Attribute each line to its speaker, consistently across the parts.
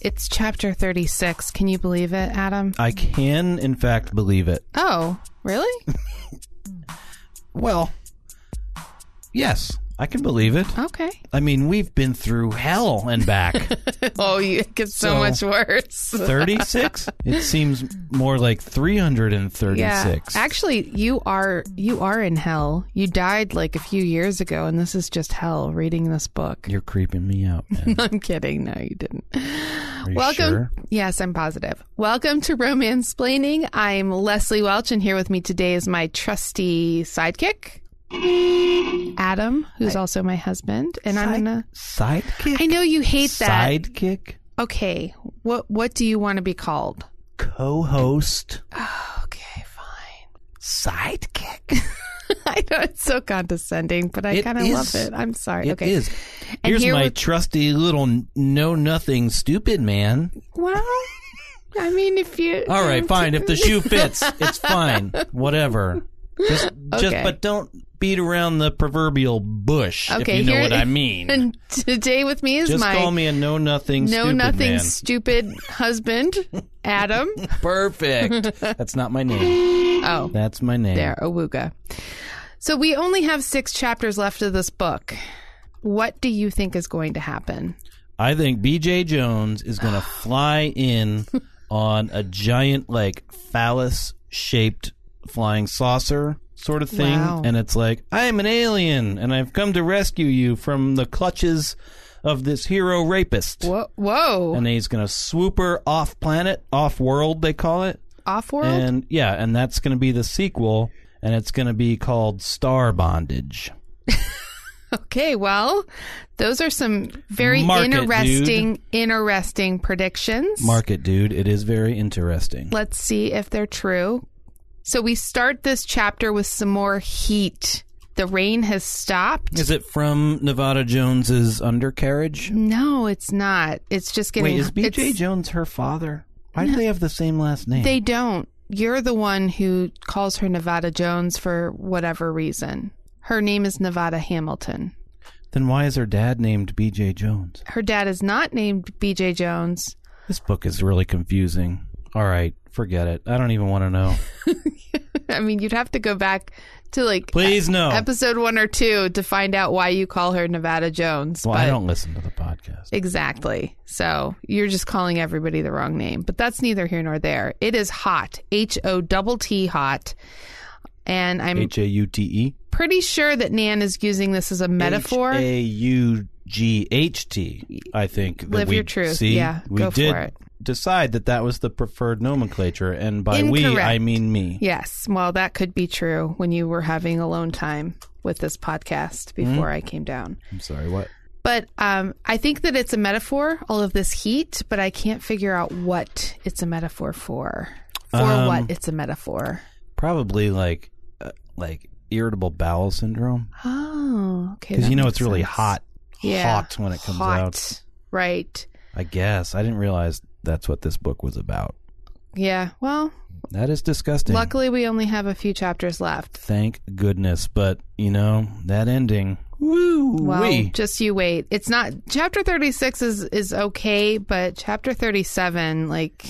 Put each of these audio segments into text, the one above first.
Speaker 1: It's chapter 36. Can you believe it, Adam?
Speaker 2: I can, in fact, believe it.
Speaker 1: Oh, really?
Speaker 2: Well, yes, I can believe it.
Speaker 1: Okay.
Speaker 2: I mean, we've been through hell and back.
Speaker 1: Oh, you, it gets so,
Speaker 2: So-
Speaker 1: much worse.
Speaker 2: 36? It seems more like 336.
Speaker 1: Yeah. Actually, you are you are in hell. You died like a few years ago and this is just hell reading this book.
Speaker 2: You're creeping me out, man.
Speaker 1: I'm kidding. No, you didn't.
Speaker 2: Are you
Speaker 1: Welcome.
Speaker 2: sure?
Speaker 1: Yes, I'm positive. Welcome to Romance Splaining. I'm Leslie Welch, and here with me today is my trusty sidekick, Adam, who's also my husband. And I'm gonna.
Speaker 2: Side- Sidekick?
Speaker 1: I know you hate that.
Speaker 2: Sidekick?
Speaker 1: Okay. What What do you want to be called?
Speaker 2: Co host?
Speaker 1: Okay, fine.
Speaker 2: Sidekick?
Speaker 1: I know it's so condescending, but I
Speaker 2: It
Speaker 1: kind of
Speaker 2: is.
Speaker 1: love it. I'm sorry.
Speaker 2: It
Speaker 1: okay.
Speaker 2: is.
Speaker 1: And
Speaker 2: Here's
Speaker 1: here
Speaker 2: my
Speaker 1: with-
Speaker 2: trusty little know nothing stupid man.
Speaker 1: Well, I mean, if you.
Speaker 2: All right, fine. If the shoe fits, it's fine. Whatever. Just, just,
Speaker 1: Okay.
Speaker 2: but don't beat around the proverbial bush.
Speaker 1: Okay,
Speaker 2: if you know
Speaker 1: here-
Speaker 2: what I mean.
Speaker 1: And today with me is
Speaker 2: Just
Speaker 1: my
Speaker 2: call me a know nothing.
Speaker 1: know
Speaker 2: stupid
Speaker 1: nothing
Speaker 2: Man.
Speaker 1: stupid husband, Adam.
Speaker 2: Perfect. That's not my name.
Speaker 1: Oh,
Speaker 2: That's my name.
Speaker 1: there, Awuga. So we only have six chapters left of this book. What do you think is going to happen?
Speaker 2: I think B.J. Jones is going to fly in on a giant, like phallus-shaped flying saucer sort of thing,
Speaker 1: Wow.
Speaker 2: and it's like, "I am an alien, and I've come to rescue you from the clutches of this hero rapist."
Speaker 1: Whoa, whoa.
Speaker 2: and he's going to swoop her off planet, off world, they call it.
Speaker 1: off world?
Speaker 2: And yeah, and that's going to be the sequel, and it's going to be called Star Bondage.
Speaker 1: okay, well, those are some very
Speaker 2: Mark it, dude.
Speaker 1: interesting, interesting predictions.
Speaker 2: Mark it, dude. It is very interesting.
Speaker 1: Let's see if they're true. So we start this chapter with some more heat. The rain has stopped.
Speaker 2: Is it from Nevada Jones's undercarriage?
Speaker 1: No, it's not. It's just getting.
Speaker 2: Wait, is BJ
Speaker 1: it's-
Speaker 2: Jones her father? Why do they have the same last name?
Speaker 1: They don't. You're the one who calls her Nevada Jones for whatever reason. Her name is Nevada Hamilton.
Speaker 2: then why is her dad named BJ Jones?
Speaker 1: Her dad is not named BJ Jones.
Speaker 2: This book is really confusing. All right, forget it. I don't even want to know.
Speaker 1: I mean, you'd have to go back to like
Speaker 2: Please no.
Speaker 1: episode one or two to find out why you call her Nevada Jones.
Speaker 2: well,
Speaker 1: but
Speaker 2: I don't listen to the podcast.
Speaker 1: Exactly. So you're just calling everybody the wrong name, but that's neither here nor there. It is hot, H O double T hot, and I'm
Speaker 2: H A U T E.
Speaker 1: pretty sure that Nan is using this as a metaphor.
Speaker 2: A U G H T. I think. that
Speaker 1: Live
Speaker 2: we-
Speaker 1: your truth.
Speaker 2: See,
Speaker 1: Yeah,
Speaker 2: we
Speaker 1: go for
Speaker 2: did
Speaker 1: it.
Speaker 2: decide that that was the preferred nomenclature, and by we, I
Speaker 1: Incorrect.
Speaker 2: mean me.
Speaker 1: Yes. Well, that could be true when you were having alone time with this podcast before
Speaker 2: Hmm?
Speaker 1: I came down.
Speaker 2: I'm sorry. What?
Speaker 1: But um, I think that it's a metaphor, all of this heat, but I can't figure out what it's a metaphor for. For
Speaker 2: Um,
Speaker 1: what it's a metaphor.
Speaker 2: Probably like, uh, like irritable bowel syndrome,
Speaker 1: Oh, okay.
Speaker 2: because
Speaker 1: that
Speaker 2: you know
Speaker 1: makes
Speaker 2: it's really
Speaker 1: sense.
Speaker 2: hot,
Speaker 1: Yeah.
Speaker 2: hot when it comes
Speaker 1: Hot.
Speaker 2: out.
Speaker 1: Right.
Speaker 2: I guess I didn't realize that's what this book was about.
Speaker 1: Yeah. Well,
Speaker 2: That is disgusting.
Speaker 1: luckily we only have a few chapters left.
Speaker 2: Thank goodness, but you know that ending. Woo!
Speaker 1: Well, just you wait. It's not chapter 36 is is okay, but chapter 37 like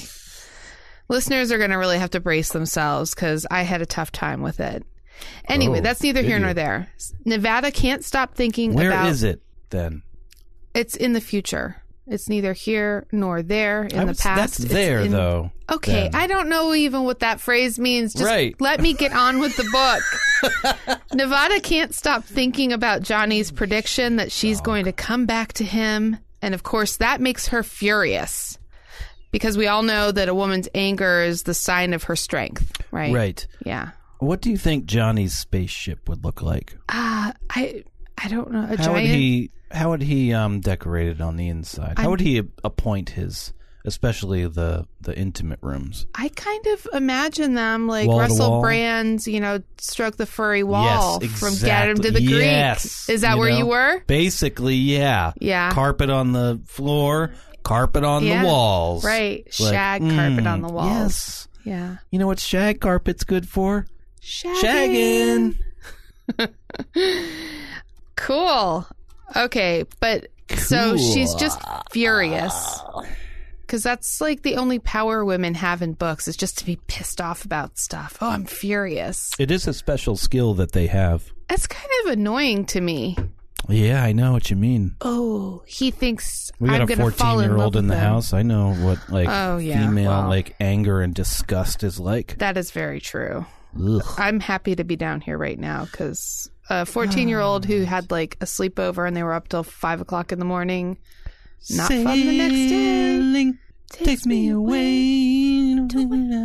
Speaker 1: listeners are going to really have to brace themselves cuz I had a tough time with it. Anyway,
Speaker 2: Oh,
Speaker 1: that's neither
Speaker 2: did
Speaker 1: here nor
Speaker 2: you?
Speaker 1: there. Nevada can't stop thinking
Speaker 2: Where
Speaker 1: about
Speaker 2: is it then?
Speaker 1: it's in the future. It's neither here nor there in
Speaker 2: I
Speaker 1: the
Speaker 2: was-
Speaker 1: past.
Speaker 2: That's
Speaker 1: It's
Speaker 2: there
Speaker 1: in-
Speaker 2: though.
Speaker 1: Okay,
Speaker 2: then.
Speaker 1: I don't know even what that phrase means. Just
Speaker 2: Right.
Speaker 1: let me get on with the book. Nevada can't stop thinking about Johnny's prediction that she's going to come back to him. And of course, that makes her furious because we all know that a woman's anger is the sign of her strength, right?
Speaker 2: Right.
Speaker 1: Yeah.
Speaker 2: What do you think Johnny's spaceship would look like?
Speaker 1: Uh, I I don't know. A
Speaker 2: how would
Speaker 1: giant.
Speaker 2: he? How would he um, decorate it on the inside? how would he appoint his, especially the the intimate rooms?
Speaker 1: I kind of imagine them like
Speaker 2: Wall to
Speaker 1: Russell
Speaker 2: wall?
Speaker 1: Brand's, you know, stroke the furry wall
Speaker 2: yes,
Speaker 1: from
Speaker 2: exactly.
Speaker 1: Get Him to the Greek.
Speaker 2: Yes,
Speaker 1: Is that where
Speaker 2: know?
Speaker 1: you were?
Speaker 2: Basically, yeah.
Speaker 1: Yeah.
Speaker 2: Carpet on the floor, carpet on
Speaker 1: Yeah,
Speaker 2: the walls.
Speaker 1: Right.
Speaker 2: Like,
Speaker 1: Shag carpet on
Speaker 2: mm,
Speaker 1: the walls.
Speaker 2: Yes.
Speaker 1: Yeah.
Speaker 2: You know what shag carpet's good for?
Speaker 1: Shagging.
Speaker 2: Shagging.
Speaker 1: Cool. Okay. But so she's just furious. Because that's like the only power women have in books is just to be pissed off about stuff. Oh, I'm furious.
Speaker 2: It is a special skill that they have.
Speaker 1: That's kind of annoying to me.
Speaker 2: Yeah, I know what you mean.
Speaker 1: Oh, he thinks
Speaker 2: We got
Speaker 1: I'm
Speaker 2: a
Speaker 1: going to fall in love
Speaker 2: 14-year-old in
Speaker 1: with
Speaker 2: the
Speaker 1: him.
Speaker 2: house. I know what like
Speaker 1: Oh, yeah,
Speaker 2: female
Speaker 1: well.
Speaker 2: like anger and disgust is like.
Speaker 1: That is very true.
Speaker 2: Ugh.
Speaker 1: I'm happy to be down here right now because a 14 year old who had like a sleepover and they were up till five o'clock in the morning. Not fun the next day.
Speaker 2: Sailing
Speaker 1: Takes me
Speaker 2: away.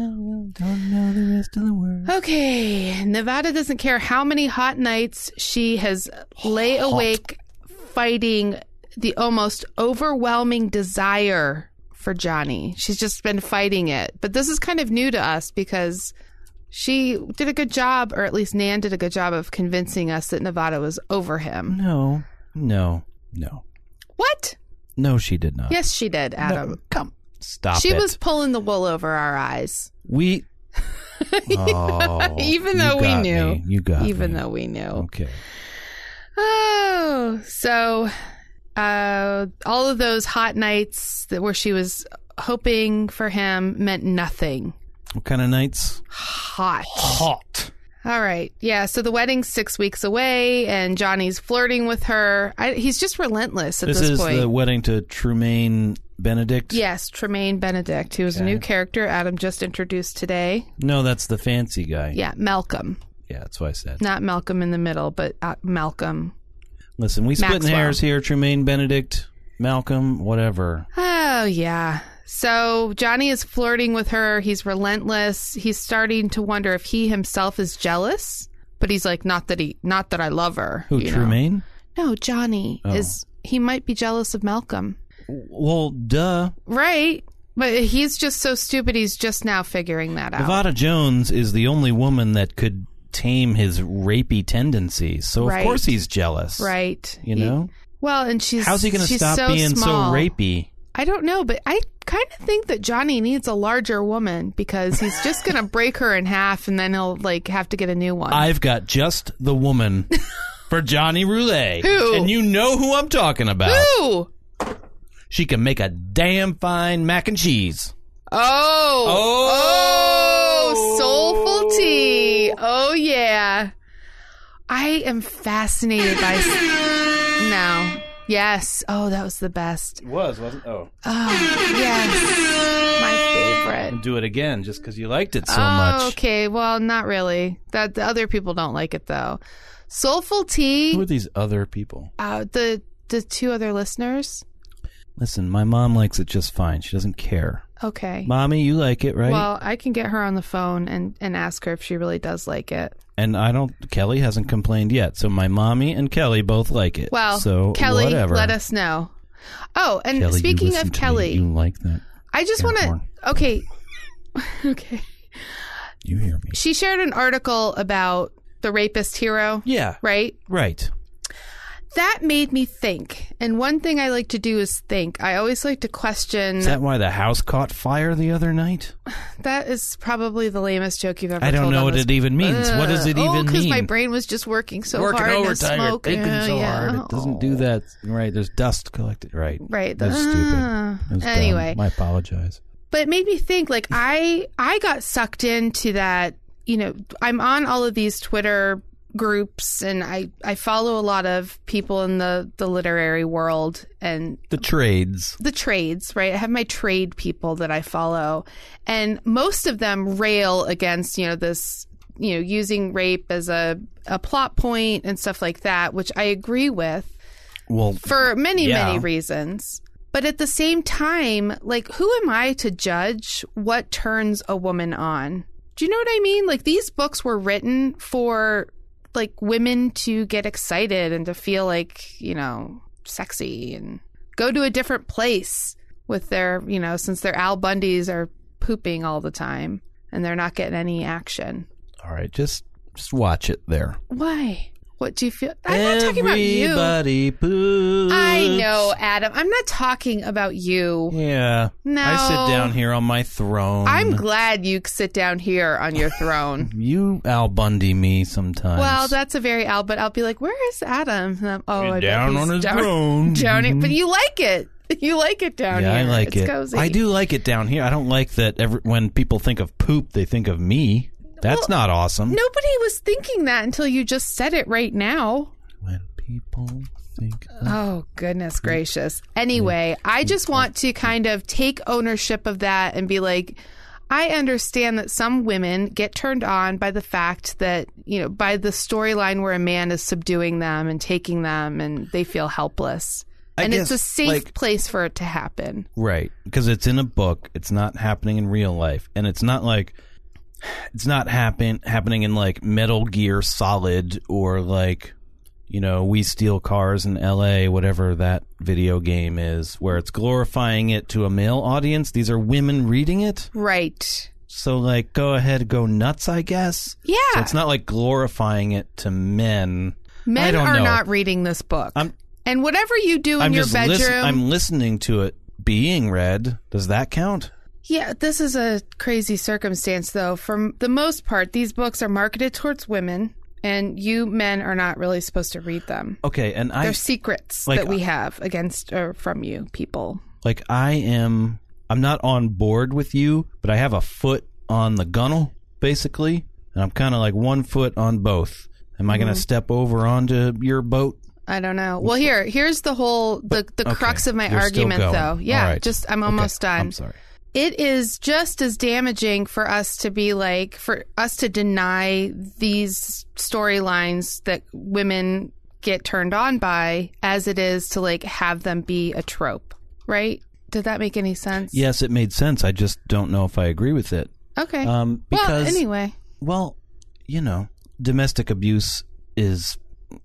Speaker 2: Don't know the rest of the world.
Speaker 1: Okay, Nevada doesn't care how many hot nights she has lay awake fighting the almost overwhelming desire for Johnny. She's just been fighting it. But this is kind of new to us because she did a good job, or at least Nan did a good job of convincing us that Nevada was over him.
Speaker 2: No, no, no,
Speaker 1: What?
Speaker 2: no. She did not.
Speaker 1: Yes, she did, Adam.
Speaker 2: come. Stop
Speaker 1: she
Speaker 2: it.
Speaker 1: was pulling the wool over our eyes,
Speaker 2: We. Oh,
Speaker 1: Even
Speaker 2: you
Speaker 1: though we
Speaker 2: got
Speaker 1: knew.
Speaker 2: me. you got
Speaker 1: even
Speaker 2: me.
Speaker 1: though we knew.
Speaker 2: Okay.
Speaker 1: Oh, so uh, all of those hot nights that where she was hoping for him meant nothing.
Speaker 2: What kind of nights?
Speaker 1: Hot.
Speaker 2: Hot.
Speaker 1: All right. Yeah. So the wedding's six weeks away, and Johnny's flirting with her. I, he's just relentless at
Speaker 2: This,
Speaker 1: this,
Speaker 2: is
Speaker 1: point.
Speaker 2: the wedding to Trumaine Benedict.
Speaker 1: yes, Tremaine Benedict, who is a new character Adam just introduced today.
Speaker 2: No, that's the fancy guy.
Speaker 1: Yeah, Malcolm.
Speaker 2: Yeah, that's what I said.
Speaker 1: Not Malcolm in the middle, but uh, Malcolm.
Speaker 2: Listen, we splitting
Speaker 1: Maxwell.
Speaker 2: hairs here. Trumaine Benedict, Malcolm, whatever.
Speaker 1: Oh, yeah. So Johnny is flirting with her. He's relentless. He's starting to wonder if he himself is jealous. But he's like, not that he, not that I love her.
Speaker 2: Who? Oh.
Speaker 1: you know?
Speaker 2: Trumaine.
Speaker 1: No, Johnny is. He might be jealous of Malcolm,
Speaker 2: Well, duh.
Speaker 1: right? But he's just so stupid. He's just now figuring that out.
Speaker 2: Nevada Jones is the only woman that could tame his rapey tendencies. So
Speaker 1: Right.
Speaker 2: of course he's jealous.
Speaker 1: Right.
Speaker 2: You
Speaker 1: He-
Speaker 2: know?
Speaker 1: well, and she's.
Speaker 2: How's he going to
Speaker 1: she's
Speaker 2: stop
Speaker 1: so
Speaker 2: being
Speaker 1: small.
Speaker 2: so rapey?
Speaker 1: I don't know, but I kind of think that Johnny needs a larger woman because he's just going to break her in half, and then he'll like have to get a new one.
Speaker 2: I've got just the woman for Johnny Roulet.
Speaker 1: Who?
Speaker 2: And you know who I'm talking about.
Speaker 1: Ooh.
Speaker 2: She can make a damn fine mac and cheese.
Speaker 1: Oh.
Speaker 2: Oh,
Speaker 1: soulful tea. Oh yeah. I am fascinated by s- No. Yes. Oh, that was the best.
Speaker 2: It was, wasn't Oh.
Speaker 1: Oh, yes. My favorite.
Speaker 2: Do it again just because you liked it so
Speaker 1: Oh,
Speaker 2: much.
Speaker 1: okay. Well, not really. That the other people don't like it though. Soulful
Speaker 2: Who are
Speaker 1: tea.
Speaker 2: these other people?
Speaker 1: Uh, the the two other listeners.
Speaker 2: Listen, my mom likes it just fine. She doesn't care.
Speaker 1: Okay.
Speaker 2: Mommy, you like it, right?
Speaker 1: Well, I can get her on the phone and and ask her if she really does like it.
Speaker 2: and I don't. Kelly hasn't complained yet, so my mommy and Kelly both like it.
Speaker 1: Well,
Speaker 2: so
Speaker 1: Kelly,
Speaker 2: whatever.
Speaker 1: let us know. Oh, and
Speaker 2: Kelly, you
Speaker 1: speaking
Speaker 2: listen
Speaker 1: of
Speaker 2: to me.
Speaker 1: Kelly,
Speaker 2: you like that?
Speaker 1: I just want
Speaker 2: Capricorn.
Speaker 1: to. Okay, okay.
Speaker 2: You hear me?
Speaker 1: She shared an article about the rapist hero,
Speaker 2: Yeah.
Speaker 1: right?
Speaker 2: Right.
Speaker 1: That made me think. And one thing I like to do is think. I always like to question.
Speaker 2: Is that why the house caught fire the other night?
Speaker 1: that is probably the lamest joke you've ever.
Speaker 2: I don't
Speaker 1: told
Speaker 2: know
Speaker 1: on
Speaker 2: what
Speaker 1: this-
Speaker 2: it even means. What does it
Speaker 1: oh,
Speaker 2: even
Speaker 1: because my
Speaker 2: mean?
Speaker 1: brain was just working so
Speaker 2: Working
Speaker 1: hard. in the
Speaker 2: overtime, you're
Speaker 1: smoke.
Speaker 2: thinking so
Speaker 1: Uh, yeah.
Speaker 2: hard. It doesn't
Speaker 1: Oh.
Speaker 2: do that. Right. There's dust collected. Right.
Speaker 1: Right.
Speaker 2: That's
Speaker 1: Ah.
Speaker 2: stupid. It was dumb.
Speaker 1: Anyway.
Speaker 2: I apologize.
Speaker 1: but it made me think like i i got sucked into that you know i'm on all of these twitter groups and i i follow a lot of people in the the literary world and
Speaker 2: The trades.
Speaker 1: the trades right i have my trade people that i follow and most of them rail against you know this you know using rape as a a plot point and stuff like that which i agree with
Speaker 2: Well,
Speaker 1: for many
Speaker 2: Yeah.
Speaker 1: many reasons but at the same time like who am i to judge what turns a woman on do you know what i mean like these books were written for like women to get excited and to feel like you know sexy and go to a different place with their you know since their al bundys are pooping all the time and they're not getting any action
Speaker 2: all right. Just just watch it there.
Speaker 1: why what do you feel i'm not talking about you
Speaker 2: Everybody poops.
Speaker 1: I know, Adam. I'm not talking about you.
Speaker 2: Yeah.
Speaker 1: No.
Speaker 2: I sit down here on my throne.
Speaker 1: I'm glad you sit down here on your throne.
Speaker 2: You Al Bundy me sometimes.
Speaker 1: well, that's a very Al, but I'll be like, where is Adam? And I'm, oh, I bet
Speaker 2: down
Speaker 1: he's
Speaker 2: on his
Speaker 1: down,
Speaker 2: throne. Mm-hmm.
Speaker 1: down it- But you like it. you like it down
Speaker 2: yeah,
Speaker 1: here.
Speaker 2: I like
Speaker 1: it's
Speaker 2: it.
Speaker 1: Cozy.
Speaker 2: I do like it down here. I don't like that every, when people think of poop, they think of me. That's
Speaker 1: Well,
Speaker 2: not awesome.
Speaker 1: Nobody was thinking that until you just said it right now.
Speaker 2: When people think of
Speaker 1: Oh, goodness gracious. Anyway, I just want to kind of take ownership of that and be like, I understand that some women get turned on by the fact that, you know, by the storyline where a man is subduing them and taking them and they feel helpless.
Speaker 2: I
Speaker 1: and it's a
Speaker 2: guess,
Speaker 1: safe
Speaker 2: like-
Speaker 1: place for it to happen.
Speaker 2: Right, because it's in a book. It's not happening in real life, and it's not like it's not happen happening in like Metal Gear Solid or like you know We Steal Cars in L.A. Whatever that video game is, where it's glorifying it to a male audience. These are women reading it,
Speaker 1: Right.
Speaker 2: so like go ahead, go nuts, I guess.
Speaker 1: Yeah.
Speaker 2: So it's not like glorifying it to men.
Speaker 1: Men
Speaker 2: I don't
Speaker 1: are
Speaker 2: know.
Speaker 1: not reading this book.
Speaker 2: I'm-
Speaker 1: and whatever you do in
Speaker 2: I'm
Speaker 1: your
Speaker 2: just
Speaker 1: bedroom,
Speaker 2: listen- I'm listening to it being read. Does that count?
Speaker 1: Yeah, this is a crazy circumstance, though. For the most part, these books are marketed towards women, and you men are not really supposed to read them.
Speaker 2: Okay, and I
Speaker 1: They're secrets
Speaker 2: like,
Speaker 1: that we have against or from you people.
Speaker 2: like I am I'm not on board with you, but I have a foot on the gunnel basically, and I'm kind of like one foot on both. Am I
Speaker 1: Mm-hmm.
Speaker 2: going to step over onto your boat?
Speaker 1: I don't know. Well, here, here's the whole the the
Speaker 2: Okay,
Speaker 1: crux of my
Speaker 2: you're still
Speaker 1: argument,
Speaker 2: going.
Speaker 1: though. Yeah,
Speaker 2: All right.
Speaker 1: just I'm
Speaker 2: Okay,
Speaker 1: almost done.
Speaker 2: I'm sorry.
Speaker 1: it is just as damaging for us to be like for us to deny these storylines that women get turned on by as it is to like have them be a trope right did that make any sense
Speaker 2: Yes, it made sense. I just don't know if I agree with it.
Speaker 1: okay
Speaker 2: Um because
Speaker 1: well anyway
Speaker 2: well, you know, domestic abuse is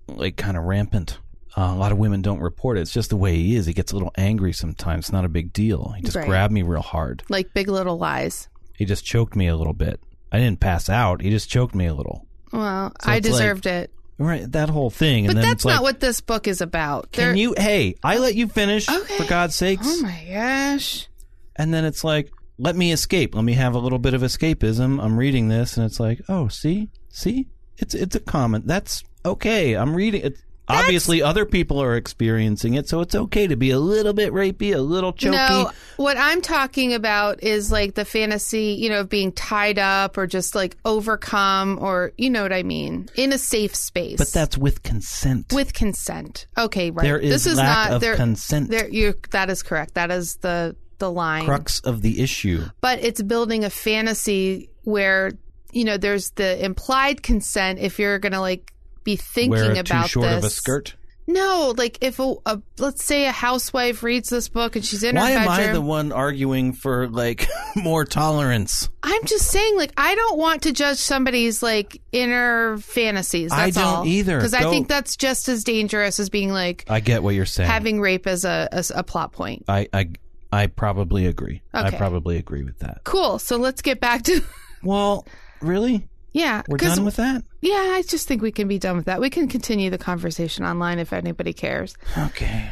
Speaker 2: like kind of rampant. Uh, a lot of women don't report it. It's just the way he is. He gets a little angry sometimes. It's not a big deal. He just
Speaker 1: Right.
Speaker 2: grabbed me real hard.
Speaker 1: like big little lies
Speaker 2: He just choked me a little bit. I didn't pass out. He just choked me a little.
Speaker 1: well
Speaker 2: So
Speaker 1: i
Speaker 2: it's like-
Speaker 1: deserved it
Speaker 2: Right, that whole thing.
Speaker 1: but
Speaker 2: and then
Speaker 1: that's
Speaker 2: it's like,
Speaker 1: not what this book is about
Speaker 2: Can
Speaker 1: There-
Speaker 2: you? Hey, I let you finish
Speaker 1: Okay.
Speaker 2: for God's sakes.
Speaker 1: oh my gosh
Speaker 2: and then it's like, let me escape. Let me have a little bit of escapism. I'm reading this, and it's like, oh, see, see, it's it's a comment. That's okay. I'm reading it. Obviously, other people are experiencing it, so it's okay to be a little bit rapey, a little choky.
Speaker 1: No, what I'm talking about is like the fantasy, you know, of being tied up or just like overcome or you know what I mean, in a safe space.
Speaker 2: But that's with consent.
Speaker 1: with consent. Okay, right.
Speaker 2: There is
Speaker 1: this is
Speaker 2: lack
Speaker 1: not
Speaker 2: of
Speaker 1: there,
Speaker 2: consent.
Speaker 1: There, you. That is correct. That is the the line.
Speaker 2: crux of the issue.
Speaker 1: But it's building a fantasy where you know there's the implied consent if you're gonna like be thinking
Speaker 2: Wear
Speaker 1: about
Speaker 2: too short
Speaker 1: this.
Speaker 2: of a skirt.
Speaker 1: No, like if a, a let's say a housewife reads this book and she's in
Speaker 2: Why
Speaker 1: her bedroom.
Speaker 2: am I the one arguing for like more tolerance?
Speaker 1: I'm just saying, like, I don't want to judge somebody's like inner fantasies.
Speaker 2: I
Speaker 1: That's
Speaker 2: don't either.
Speaker 1: because I
Speaker 2: Go-
Speaker 1: think that's just as dangerous as being like
Speaker 2: I get what you're saying.
Speaker 1: having rape as a as a plot point.
Speaker 2: I I I probably agree. I
Speaker 1: Okay.
Speaker 2: probably agree with that.
Speaker 1: Cool. So let's get back to
Speaker 2: Well, really?
Speaker 1: yeah.
Speaker 2: We're
Speaker 1: 'cause-
Speaker 2: done with that?
Speaker 1: yeah. I just think we can be done with that. We can continue the conversation online if anybody cares.
Speaker 2: Okay.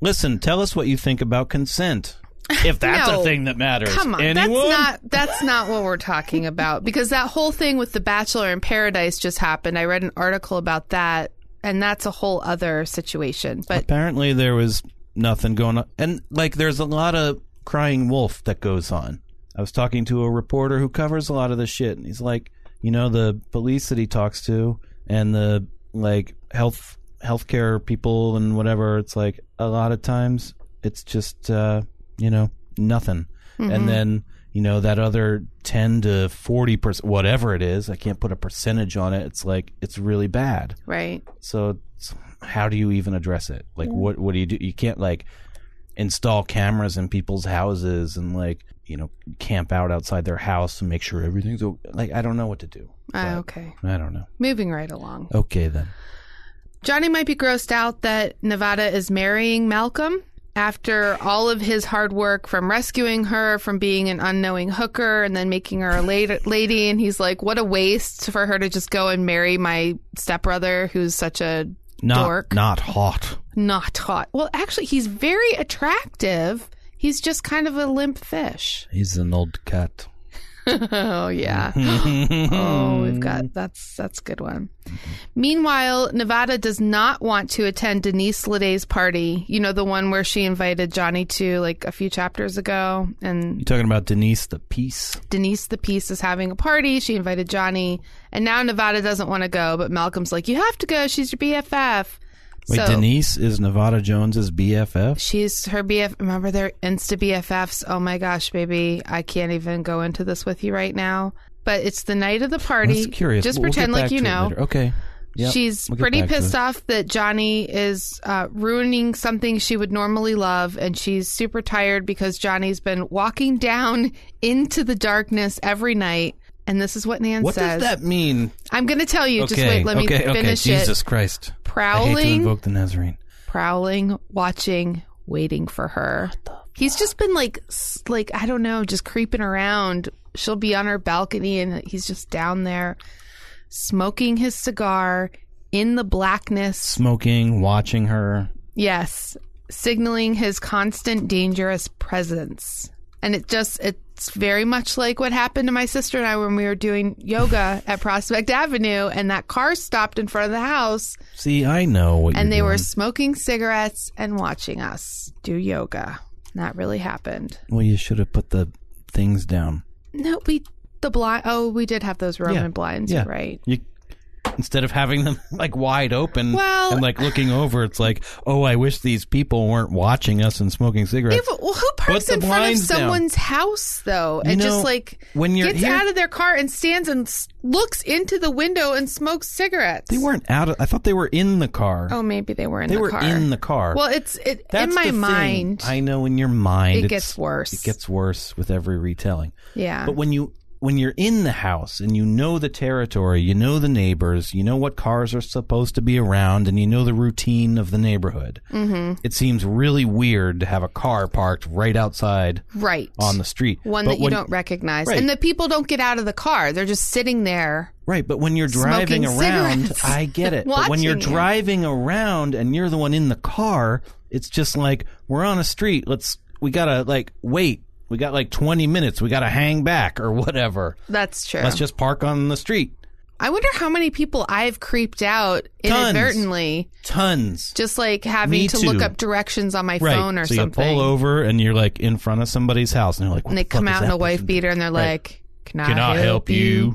Speaker 2: Listen, tell us what you think about consent. If that's
Speaker 1: No.
Speaker 2: a thing that matters.
Speaker 1: Come on,
Speaker 2: Anyone?
Speaker 1: that's not that's not what we're talking about because that whole thing with the Bachelor in Paradise just happened. I read an article about that, and that's a whole other situation. But
Speaker 2: Apparently there was nothing going on. And like there's a lot of crying wolf that goes on. I was talking to a reporter who covers a lot of this shit and he's like, you know, the police that he talks to and the like health healthcare people and whatever, it's like a lot of times it's just uh, you know, nothing.
Speaker 1: Mm-hmm.
Speaker 2: And then you know that other 10 to 40 percent whatever it is i can't put a percentage on it it's like it's really bad
Speaker 1: right. Ah,
Speaker 2: so it's- how do you even address it? Like what what do you do? You can't like install cameras in people's houses and like, you know, camp out outside their house and make sure everything's o- like I don't know what to do.
Speaker 1: Uh, okay.
Speaker 2: I don't know.
Speaker 1: Moving right along.
Speaker 2: Okay then.
Speaker 1: Johnny might be grossed out that Nevada is marrying Malcolm after all of his hard work from rescuing her from being an unknowing hooker and then making her a la- lady. And he's like, what a waste for her to just go and marry my stepbrother who's such a
Speaker 2: Not
Speaker 1: dork.
Speaker 2: not hot.
Speaker 1: Not hot. Well, actually, he's very attractive. He's just kind of a limp fish.
Speaker 2: He's an old cat.
Speaker 1: oh yeah. oh, we've got that's that's a good one. Meanwhile, Nevada does not want to attend Denise Liday's party. You know the one where she invited Johnny to like a few chapters ago, and
Speaker 2: You talking about Denise the Peace?
Speaker 1: Denise the Peace is having a party. She invited Johnny, and now Nevada doesn't want to go, but Malcolm's like, "You have to go. She's your BFF."
Speaker 2: Wait,
Speaker 1: so
Speaker 2: Denise is Nevada Jones's BFF.
Speaker 1: she's her BF. Remember their Insta BFFs? Oh my gosh, baby, I can't even go into this with you right now. But it's the night of the
Speaker 2: I'm
Speaker 1: party.
Speaker 2: just curious.
Speaker 1: Just
Speaker 2: We'll- we'll
Speaker 1: pretend
Speaker 2: get back
Speaker 1: like you
Speaker 2: to it
Speaker 1: know.
Speaker 2: later. Okay. Yep,
Speaker 1: She's
Speaker 2: we'll get
Speaker 1: pretty
Speaker 2: back to
Speaker 1: pissed
Speaker 2: it.
Speaker 1: off that Johnny is uh, ruining something she would normally love, and she's super tired because Johnny's been walking down into the darkness every night. And this is what Nan
Speaker 2: What
Speaker 1: says.
Speaker 2: does that mean?
Speaker 1: I'm going to tell you.
Speaker 2: Okay.
Speaker 1: just wait. Let
Speaker 2: okay.
Speaker 1: me finish
Speaker 2: okay. Jesus
Speaker 1: it.
Speaker 2: Christ. I hate to
Speaker 1: Prowling,
Speaker 2: invoke the Nazarene.
Speaker 1: prowling, watching, waiting for her. He's just been like, s- like I don't know, just creeping around. She'll be on her balcony, and he's just down there, smoking his cigar in the blackness.
Speaker 2: Smoking, watching her.
Speaker 1: Yes, signaling his constant dangerous presence. And it just it's very much like what happened to my sister and I when we were doing yoga at Prospect Avenue and that car stopped in front of the house
Speaker 2: See, I know what
Speaker 1: and
Speaker 2: you're
Speaker 1: they were
Speaker 2: doing.
Speaker 1: smoking cigarettes and watching us do yoga. That really happened.
Speaker 2: Well, you should have put the things down.
Speaker 1: No, we the blind oh, we did have those Roman
Speaker 2: Yeah.
Speaker 1: blinds,
Speaker 2: Yeah.
Speaker 1: right.
Speaker 2: You instead of having them like wide open
Speaker 1: Well-
Speaker 2: and like looking over, it's like, oh, I wish these people weren't watching us and smoking cigarettes.
Speaker 1: Yeah, but- well, who parks
Speaker 2: the
Speaker 1: in front of
Speaker 2: blinds down.
Speaker 1: someone's house though, and
Speaker 2: know,
Speaker 1: just like
Speaker 2: when you're
Speaker 1: gets
Speaker 2: here-
Speaker 1: out of their car and stands and s- looks into the window and smokes cigarettes?
Speaker 2: they weren't out. Of, I thought they were in the car.
Speaker 1: Oh, maybe they were in
Speaker 2: they
Speaker 1: the
Speaker 2: were
Speaker 1: car.
Speaker 2: in the car.
Speaker 1: well, it's it
Speaker 2: That's
Speaker 1: in my
Speaker 2: the thing.
Speaker 1: mind.
Speaker 2: I know in your mind,
Speaker 1: it
Speaker 2: it's-
Speaker 1: gets worse.
Speaker 2: It gets worse with every retelling.
Speaker 1: yeah.
Speaker 2: But when you when you're in the house and you know the territory, you know the neighbors, you know what cars are supposed to be around, and you know the routine of the neighborhood. Mm-hmm. It seems really weird to have a car parked right outside
Speaker 1: right
Speaker 2: on the street.
Speaker 1: one
Speaker 2: But
Speaker 1: that you
Speaker 2: when-
Speaker 1: don't recognize,
Speaker 2: Right.
Speaker 1: and the people don't get out of the car; they're just sitting there.
Speaker 2: Right, but when you're driving
Speaker 1: Smoking
Speaker 2: around,
Speaker 1: cigarettes.
Speaker 2: I get it. but when you're
Speaker 1: Watching it.
Speaker 2: driving around and you're the one in the car, it's just like we're on a street. Let's we gotta like wait. We got like 20 minutes. We gotta hang back or whatever.
Speaker 1: That's true.
Speaker 2: Let's just park on the street.
Speaker 1: I wonder how many people I've creeped out
Speaker 2: Tons.
Speaker 1: inadvertently,
Speaker 2: Tons.
Speaker 1: just like having
Speaker 2: Me
Speaker 1: to look
Speaker 2: too.
Speaker 1: up directions on my
Speaker 2: Right.
Speaker 1: phone or
Speaker 2: so
Speaker 1: something.
Speaker 2: you pull over and you're like in front of somebody's house, and they're like, what
Speaker 1: and they
Speaker 2: the fuck
Speaker 1: come
Speaker 2: is
Speaker 1: out in
Speaker 2: that
Speaker 1: a wife
Speaker 2: person
Speaker 1: beater, and they're
Speaker 2: Right.
Speaker 1: like, "Can I,
Speaker 2: Can I help you?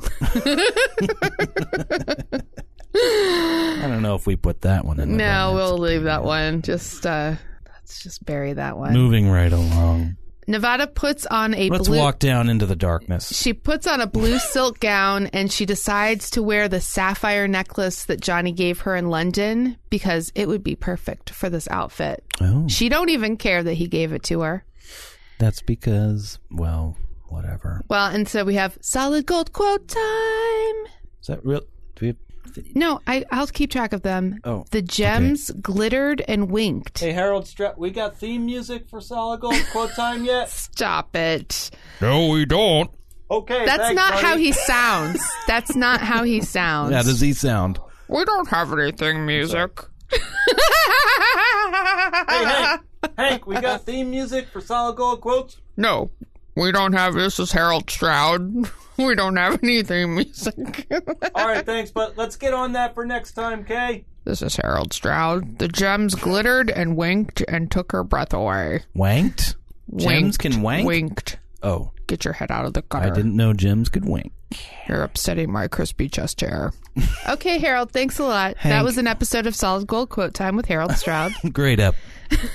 Speaker 2: I don't know if we put that one in. the
Speaker 1: No,
Speaker 2: romance.
Speaker 1: we'll leave that one. Just uh, let's just bury that one.
Speaker 2: Moving right along.
Speaker 1: Nevada puts on a
Speaker 2: Let's
Speaker 1: blue.
Speaker 2: walk down into the darkness.
Speaker 1: She puts on a blue silk gown and she decides to wear the sapphire necklace that Johnny gave her in London because it would be perfect for this outfit.
Speaker 2: Oh,
Speaker 1: She don't even care that he gave it to her.
Speaker 2: that's because, well, whatever.
Speaker 1: Well, and so we have solid gold quote time.
Speaker 2: Is that real? Do we have,
Speaker 1: No, I, I'll keep track of them.
Speaker 2: Oh,
Speaker 1: the gems glittered and winked.
Speaker 3: Hey, Harold Strap, we got theme music for Solid Gold Quote Time yet?
Speaker 1: Stop it.
Speaker 2: no, we don't.
Speaker 3: Okay,
Speaker 1: That's
Speaker 3: thanks,
Speaker 1: not
Speaker 3: buddy.
Speaker 1: how he sounds. That's not how he sounds.
Speaker 2: How does he sound?
Speaker 1: we don't have anything music.
Speaker 3: Hey, Hank, Hank, we got theme music for Solid Gold Quotes.
Speaker 1: No, we don't have. This is Harold Stroud. We don't have anything music.
Speaker 3: All right, thanks, but let's get on that for next time, okay?
Speaker 1: this is Harold Stroud. The gems glittered and winked and took her breath away.
Speaker 2: Wanked? Gems
Speaker 1: Winked,
Speaker 2: can wank?
Speaker 1: Winked.
Speaker 2: Oh,
Speaker 1: Get your head out of the
Speaker 2: I
Speaker 1: gutter.
Speaker 2: didn't know gems could wink.
Speaker 1: You're upsetting my crispy chest hair. okay, Harold. Thanks a lot. That
Speaker 2: Hank.
Speaker 1: was an episode of Solid Gold Quote Time with Harold Stroud.
Speaker 2: Great up.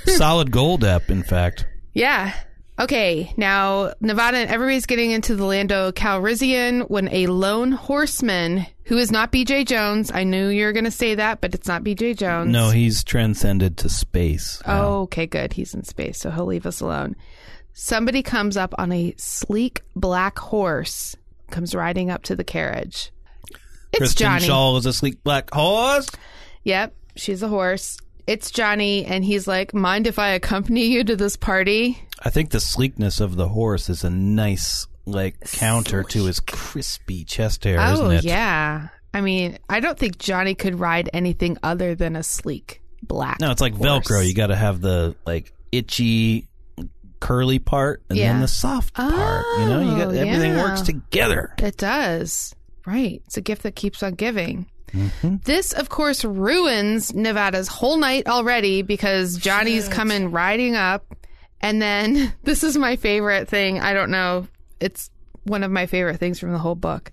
Speaker 2: Solid gold up, in fact.
Speaker 1: Yeah. Okay, now Nevada and everybody's getting into the Lando Calrissian when a lone horseman who is not BJ Jones. I knew you were going to say that, but it's not BJ Jones.
Speaker 2: No, he's transcended to space.
Speaker 1: Oh, okay, good. He's in space, so he'll leave us alone. Somebody comes up on a sleek black horse, comes riding up to the carriage. It's
Speaker 2: Kristen
Speaker 1: Johnny.
Speaker 2: Shaw is a sleek black horse.
Speaker 1: Yep, she's a horse. It's Johnny, and he's like, Mind if I accompany you to this party?
Speaker 2: I think the sleekness of the horse is a nice like counter to his crispy chest hair,
Speaker 1: Oh
Speaker 2: isn't it?
Speaker 1: yeah. I mean, I don't think Johnny could ride anything other than a sleek black.
Speaker 2: No, it's like
Speaker 1: horse.
Speaker 2: Velcro. You got to have the like itchy curly part and
Speaker 1: Yeah.
Speaker 2: then the soft part. You know, you got
Speaker 1: Oh,
Speaker 2: everything
Speaker 1: yeah.
Speaker 2: works together.
Speaker 1: It does. Right. It's a gift that keeps on giving. This, of course, ruins Nevada's whole night already because Johnny's coming riding up. And then this is my favorite thing. I don't know. It's one of my favorite things from the whole book.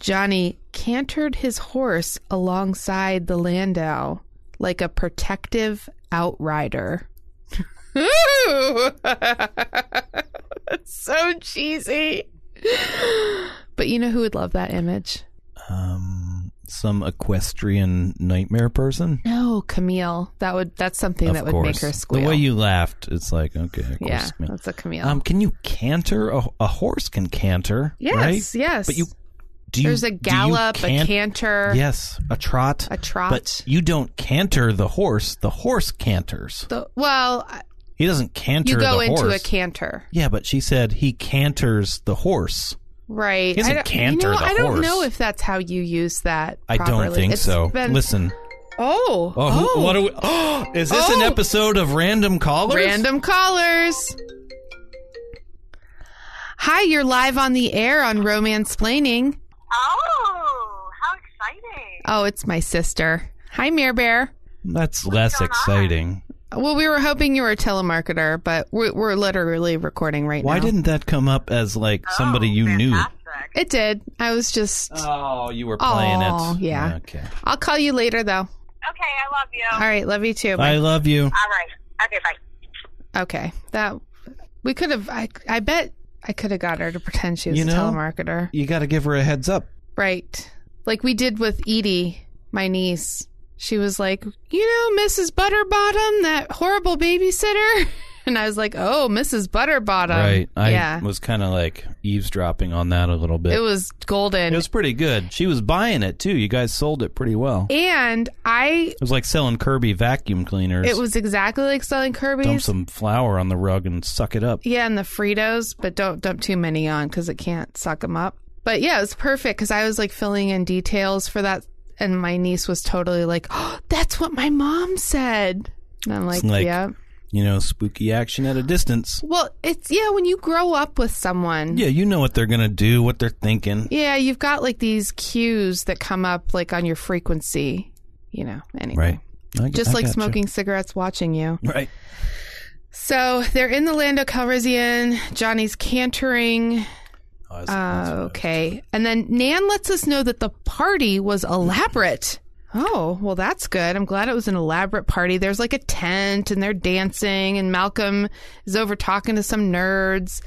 Speaker 1: Johnny cantered his horse alongside the Landau like a protective outrider. Ooh! That's so cheesy. But you know who would love that image?
Speaker 2: Um, some equestrian nightmare person.
Speaker 1: No, Camille. That would that's something
Speaker 2: Of
Speaker 1: that would
Speaker 2: course,
Speaker 1: make her squeal.
Speaker 2: the way you laughed, it's like okay, of course.
Speaker 1: yeah,
Speaker 2: me.
Speaker 1: that's a Camille.
Speaker 2: Um, can you canter? A, a horse can canter.
Speaker 1: yes,
Speaker 2: right?
Speaker 1: yes.
Speaker 2: But you do. You,
Speaker 1: There's a
Speaker 2: do you
Speaker 1: gallop, a
Speaker 2: can-
Speaker 1: canter,
Speaker 2: Yes, a trot.
Speaker 1: a trot.
Speaker 2: But you don't canter the horse. The horse canters.
Speaker 1: The- well, I-
Speaker 2: He doesn't canter.
Speaker 1: you go
Speaker 2: the
Speaker 1: into
Speaker 2: horse.
Speaker 1: a canter,
Speaker 2: Yeah, but she said he canters the horse.
Speaker 1: right?
Speaker 2: He doesn't
Speaker 1: I don't,
Speaker 2: canter
Speaker 1: you know,
Speaker 2: the
Speaker 1: I don't
Speaker 2: horse.
Speaker 1: know if that's how you use that.
Speaker 2: I don't
Speaker 1: properly.
Speaker 2: think
Speaker 1: It's
Speaker 2: so.
Speaker 1: been-
Speaker 2: Listen.
Speaker 1: Oh,
Speaker 2: Oh, who- what are we? Oh, is this an
Speaker 1: Oh!
Speaker 2: episode of Random Callers?
Speaker 1: Random callers. Hi, you're live on the air on Romance Planning.
Speaker 4: Oh, how exciting!
Speaker 1: Oh, it's my sister. Hi, Mare Bear.
Speaker 2: That's less
Speaker 4: going on?
Speaker 2: exciting.
Speaker 1: Well, we were hoping you were a telemarketer, but we're, we're literally recording right
Speaker 2: Why
Speaker 1: now.
Speaker 2: didn't that come up as like
Speaker 4: Oh,
Speaker 2: somebody you knew?
Speaker 4: knew.
Speaker 1: it did? I was just.
Speaker 2: Oh, you were playing
Speaker 1: playing it.
Speaker 2: it.
Speaker 1: Oh, yeah.
Speaker 2: Okay.
Speaker 1: I'll call you later, though.
Speaker 4: Okay, I love you.
Speaker 1: All right, love you too.
Speaker 2: I love you.
Speaker 4: All right. Okay, bye.
Speaker 1: okay, that we could have. I I bet I could have got her to pretend she was
Speaker 2: You
Speaker 1: a
Speaker 2: know?
Speaker 1: telemarketer,
Speaker 2: You got to give her a heads up.
Speaker 1: right? Like we did with Edie, my niece. She was like, you know, Mrs. Butterbottom, that horrible babysitter, and I was like, oh, Mrs. Butterbottom,
Speaker 2: right. I
Speaker 1: yeah,
Speaker 2: was kind of like eavesdropping on that a little bit.
Speaker 1: it was golden.
Speaker 2: It was pretty good. She was buying it too. You guys sold it pretty well. It
Speaker 1: and I
Speaker 2: was like selling Kirby vacuum cleaners.
Speaker 1: It was exactly like selling
Speaker 2: dump
Speaker 1: Kirby's.
Speaker 2: some flour on the rug and suck it up.
Speaker 1: yeah, and the Fritos, but don't dump too many on because it can't suck them up. But yeah, it was perfect because I was like filling in details for that, and my niece was totally like, "Oh, that's what my mom said." And I'm like,
Speaker 2: It's like-
Speaker 1: "Yeah."
Speaker 2: You know, spooky action at a distance.
Speaker 1: Well, it's yeah when you grow up with someone.
Speaker 2: Yeah, you know what they're gonna do, what they're thinking.
Speaker 1: Yeah, you've got like these cues that come up like on your frequency, you know. Anyway,
Speaker 2: Right. I-
Speaker 1: just
Speaker 2: I
Speaker 1: like
Speaker 2: gotcha.
Speaker 1: smoking cigarettes, watching you.
Speaker 2: Right.
Speaker 1: So they're in the Lando Calrissian. Johnny's cantering.
Speaker 2: Oh,
Speaker 1: Uh,
Speaker 2: that's- that's what I was-
Speaker 1: Okay. And then Nan lets us know that the party was elaborate. Oh, well, that's good. I'm glad it was an elaborate party. There's like a tent and they're dancing, and Malcolm is over talking to some nerds.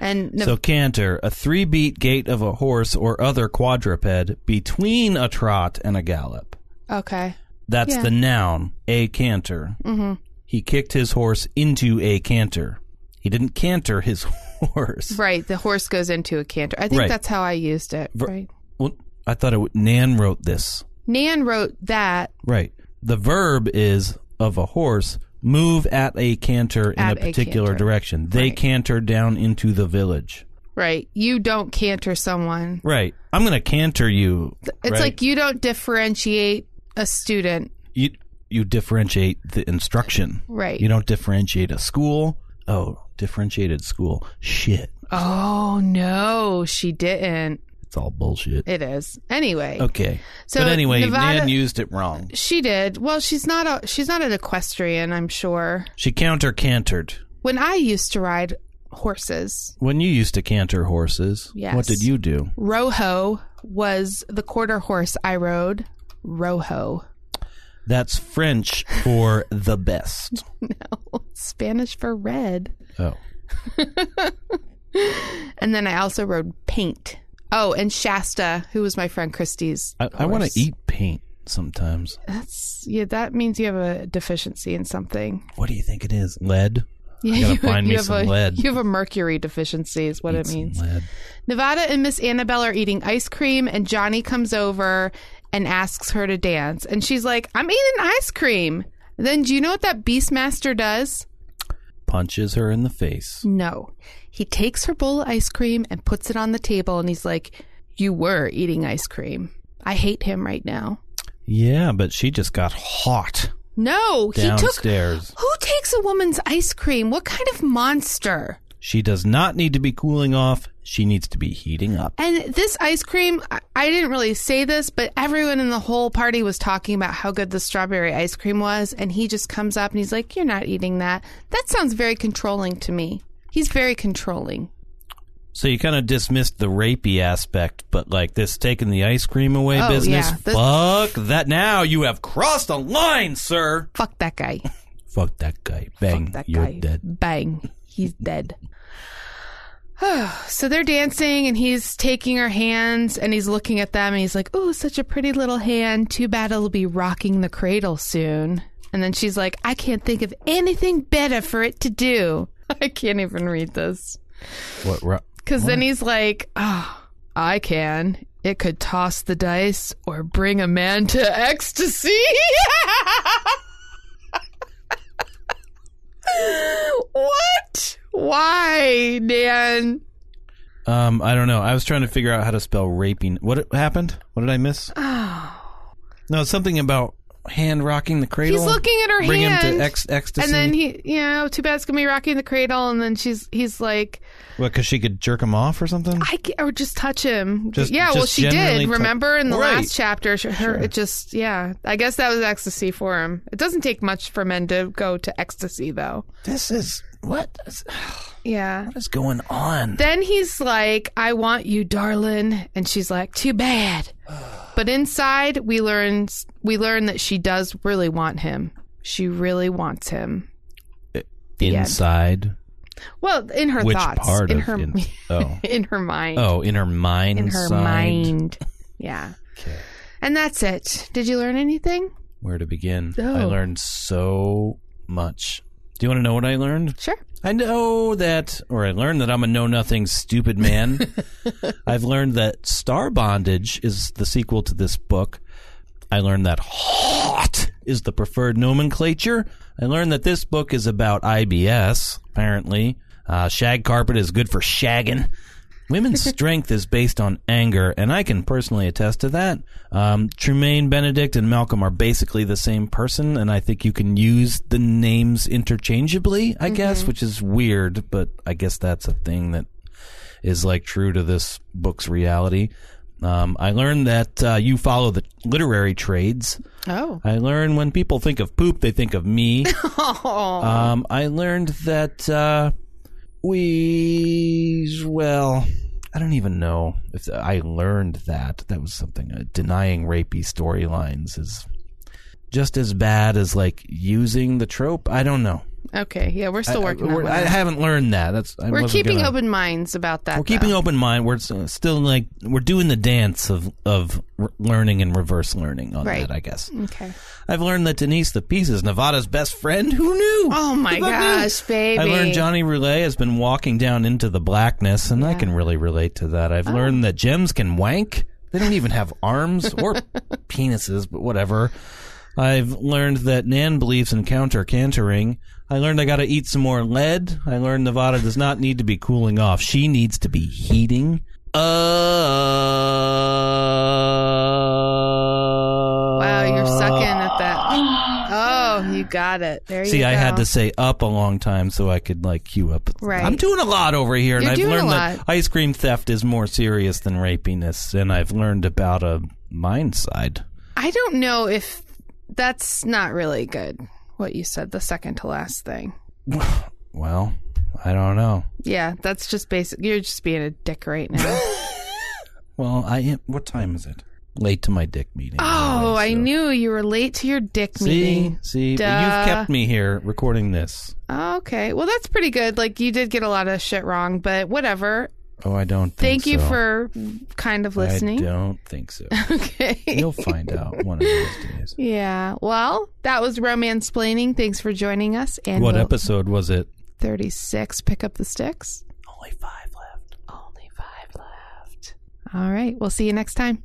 Speaker 1: And Nev-
Speaker 2: So canter, a three beat gait of a horse or other quadruped between a trot and a gallop.
Speaker 1: okay.
Speaker 2: That's
Speaker 1: Yeah.
Speaker 2: the noun, a canter. Mm-hmm. He kicked his horse into a canter. He didn't canter his horse.
Speaker 1: Right. The horse goes into a canter. I think
Speaker 2: Right.
Speaker 1: that's how I used it.
Speaker 2: Ver-
Speaker 1: right.
Speaker 2: Well, I thought it would, Nan wrote this.
Speaker 1: Nan wrote that
Speaker 2: Right. The verb is of a horse move at a canter in
Speaker 1: At
Speaker 2: a
Speaker 1: a
Speaker 2: particular
Speaker 1: canter.
Speaker 2: direction. They
Speaker 1: Right.
Speaker 2: canter down into the village.
Speaker 1: right. You don't canter someone.
Speaker 2: Right. I'm going to canter you.
Speaker 1: It's
Speaker 2: right?
Speaker 1: like you don't differentiate a student.
Speaker 2: you you differentiate the instruction.
Speaker 1: Right.
Speaker 2: You don't differentiate a school. Oh, differentiated school. Shit.
Speaker 1: Oh no, she didn't.
Speaker 2: It's all bullshit.
Speaker 1: It is. Anyway.
Speaker 2: Okay.
Speaker 1: So
Speaker 2: but anyway,
Speaker 1: Nevada-
Speaker 2: Nan used it wrong.
Speaker 1: She did. Well, she's not a she's not an equestrian, I'm sure.
Speaker 2: She counter cantered.
Speaker 1: When I used to ride horses,
Speaker 2: When you used to canter horses,
Speaker 1: Yes.
Speaker 2: what did you do?
Speaker 1: Rojo was the quarter horse I rode. Rojo.
Speaker 2: That's French for the best.
Speaker 1: Spanish for red.
Speaker 2: Oh.
Speaker 1: And then I also rode paint. Oh, and Shasta, who was my friend Christie's.
Speaker 2: I, I want
Speaker 1: horse.
Speaker 2: to eat paint sometimes.
Speaker 1: That's yeah, that means you have a deficiency in something.
Speaker 2: What do you think it is? Lead?
Speaker 1: Yeah,
Speaker 2: gotta find me
Speaker 1: have
Speaker 2: some
Speaker 1: a,
Speaker 2: lead.
Speaker 1: You have a mercury deficiency is what
Speaker 2: Eat
Speaker 1: it
Speaker 2: some
Speaker 1: means.
Speaker 2: Lead.
Speaker 1: Nevada and Miss Annabelle are eating ice cream, and Johnny comes over and asks her to dance. And she's like, I'm eating ice cream. Then do you know what that Beastmaster does?
Speaker 2: Punches her in the face.
Speaker 1: No. He takes her bowl of ice cream and puts it on the table, and he's like, You were eating ice cream. I hate him right now.
Speaker 2: Yeah, but she just got hot
Speaker 1: No, he took.
Speaker 2: downstairs.
Speaker 1: Who takes a woman's ice cream? What kind of monster?
Speaker 2: She does not need to be cooling off. She needs to be heating up.
Speaker 1: And this ice cream, I- I didn't really say this, but everyone in the whole party was talking about how good the strawberry ice cream was. And he just comes up and he's like, You're not eating that. That sounds very controlling to me. He's very controlling.
Speaker 2: So you kind of dismissed the rapey aspect, but like this taking the ice cream away
Speaker 1: Oh,
Speaker 2: business.
Speaker 1: yeah. This-
Speaker 2: Fuck that. Now you have crossed a line, sir.
Speaker 1: Fuck that guy.
Speaker 2: Fuck that guy. Bang.
Speaker 1: Fuck that
Speaker 2: You're
Speaker 1: guy.
Speaker 2: dead.
Speaker 1: Bang. He's dead. so they're dancing and he's taking her hands and he's looking at them and he's like, Ooh, such a pretty little hand. Too bad it'll be rocking the cradle soon. And then she's like, I can't think of anything better for it to do. I can't even read this.
Speaker 2: What? ro-
Speaker 1: Because then he's like, Oh, I can. It could toss the dice or bring a man to ecstasy. what? Why, Dan?
Speaker 2: Um, I don't know. I was trying to figure out how to spell raping. What happened? What did I miss? No, something about hand rocking the cradle.
Speaker 1: Oh. He's looking at her
Speaker 2: Bring
Speaker 1: hand.
Speaker 2: him to ex- ecstasy.
Speaker 1: and then he, you know, too bad it's gonna be rocking the cradle. And then she's, he's like,
Speaker 2: What? Because she could jerk him off or something.
Speaker 1: I ca- or just touch him.
Speaker 2: Just-
Speaker 1: yeah, well,
Speaker 2: just
Speaker 1: she
Speaker 2: generally
Speaker 1: did.
Speaker 2: tou-
Speaker 1: Remember in the
Speaker 2: Right.
Speaker 1: last chapter, she- her it just yeah. I guess that was ecstasy for him. It doesn't take much for men to go to ecstasy, though.
Speaker 2: This is what is,
Speaker 1: Yeah.
Speaker 2: what is going on.
Speaker 1: Then he's like, "I want you, darling," and she's like, "Too bad." But inside, we learn we learn that she does really want him. She really wants him.
Speaker 2: Inside,
Speaker 1: Well, in her
Speaker 2: which
Speaker 1: thoughts,
Speaker 2: part
Speaker 1: in
Speaker 2: of
Speaker 1: her
Speaker 2: in- oh
Speaker 1: in her mind,
Speaker 2: oh in her mind
Speaker 1: in her
Speaker 2: side?
Speaker 1: mind, yeah.
Speaker 2: Okay.
Speaker 1: And that's it. Did you learn anything?
Speaker 2: Where to begin?
Speaker 1: Oh.
Speaker 2: I learned so much. Do you want to know what I learned?
Speaker 1: Sure.
Speaker 2: I know that, or I learned that I'm a know nothing stupid man. I've learned that Star Bondage is the sequel to this book. I learned that hot is the preferred nomenclature. I learned that this book is about IBS, apparently. Uh, shag carpet is good for shagging. Women's strength is based on anger, and I can personally attest to that. Um, Tremaine Benedict and Malcolm are basically the same person, and I think you can use the names interchangeably, I guess, which is weird, but I guess that's a thing that is like true to this book's reality. Um, I learned that uh, you follow the literary trades.
Speaker 1: Oh.
Speaker 2: I learned when people think of poop, they think of me. um, I learned that uh, we, well, I don't even know if I learned that. That was something. Uh, denying rapey storylines is just as bad as like using the trope. I don't know.
Speaker 1: Okay. Yeah, we're still
Speaker 2: I-
Speaker 1: working.
Speaker 2: I,
Speaker 1: on
Speaker 2: we're- I
Speaker 1: that.
Speaker 2: haven't learned that. That's I
Speaker 1: we're
Speaker 2: wasn't
Speaker 1: keeping
Speaker 2: gonna-
Speaker 1: open minds about that.
Speaker 2: we're keeping
Speaker 1: though.
Speaker 2: open mind. We're s- still like we're doing the dance of of re- learning and reverse learning on
Speaker 1: Right.
Speaker 2: that. I guess
Speaker 1: Okay.
Speaker 2: I've learned that Denise the Piece is Nevada's best friend. Who knew?
Speaker 1: Oh my
Speaker 2: Who fucking knew?
Speaker 1: gosh, baby.
Speaker 2: I learned Johnny Roulet has been walking down into the blackness, and I can really relate to that.
Speaker 1: Oh.
Speaker 2: I've learned that gems can wank. They don't even have arms or penises, but whatever. I've learned that Nan believes in counter cantering. I learned I got to eat some more lead. I learned Nevada does not need to be cooling off. She needs to be heating. Uh,
Speaker 1: Wow, you're sucking at that. Oh, you got it. There you
Speaker 2: See,
Speaker 1: go.
Speaker 2: I had to say up a long time so I could like queue up.
Speaker 1: Right.
Speaker 2: I'm doing a lot over here,
Speaker 1: You're
Speaker 2: and I've
Speaker 1: doing a
Speaker 2: learned
Speaker 1: lot.
Speaker 2: that ice cream theft is more serious than rapiness, and I've learned about a mind side.
Speaker 1: I don't know if that's not really good. What you said, the second to last thing.
Speaker 2: Well, I don't know.
Speaker 1: Yeah, that's just basic. You're just being a dick right now.
Speaker 2: Well, I am. What time is it? Late to my dick meeting.
Speaker 1: oh,
Speaker 2: anyway,
Speaker 1: I
Speaker 2: so-
Speaker 1: knew you were late to your dick
Speaker 2: See,
Speaker 1: meeting.
Speaker 2: see, but
Speaker 1: Duh.
Speaker 2: you've kept me here recording this.
Speaker 1: Okay, well that's pretty good. Like you did get a lot of shit wrong, but whatever.
Speaker 2: Oh, I don't. Think
Speaker 1: Thank you
Speaker 2: so.
Speaker 1: for kind of
Speaker 2: I
Speaker 1: listening.
Speaker 2: don't think so.
Speaker 1: Okay.
Speaker 2: You'll find out one of those days.
Speaker 1: Yeah. Well, that was romance planning. Thanks for joining us. And
Speaker 2: What
Speaker 1: we'll-
Speaker 2: episode was it?
Speaker 1: 36 pick up the sticks.
Speaker 2: Only five left.
Speaker 1: Only 5 left. All right. We'll see you next time.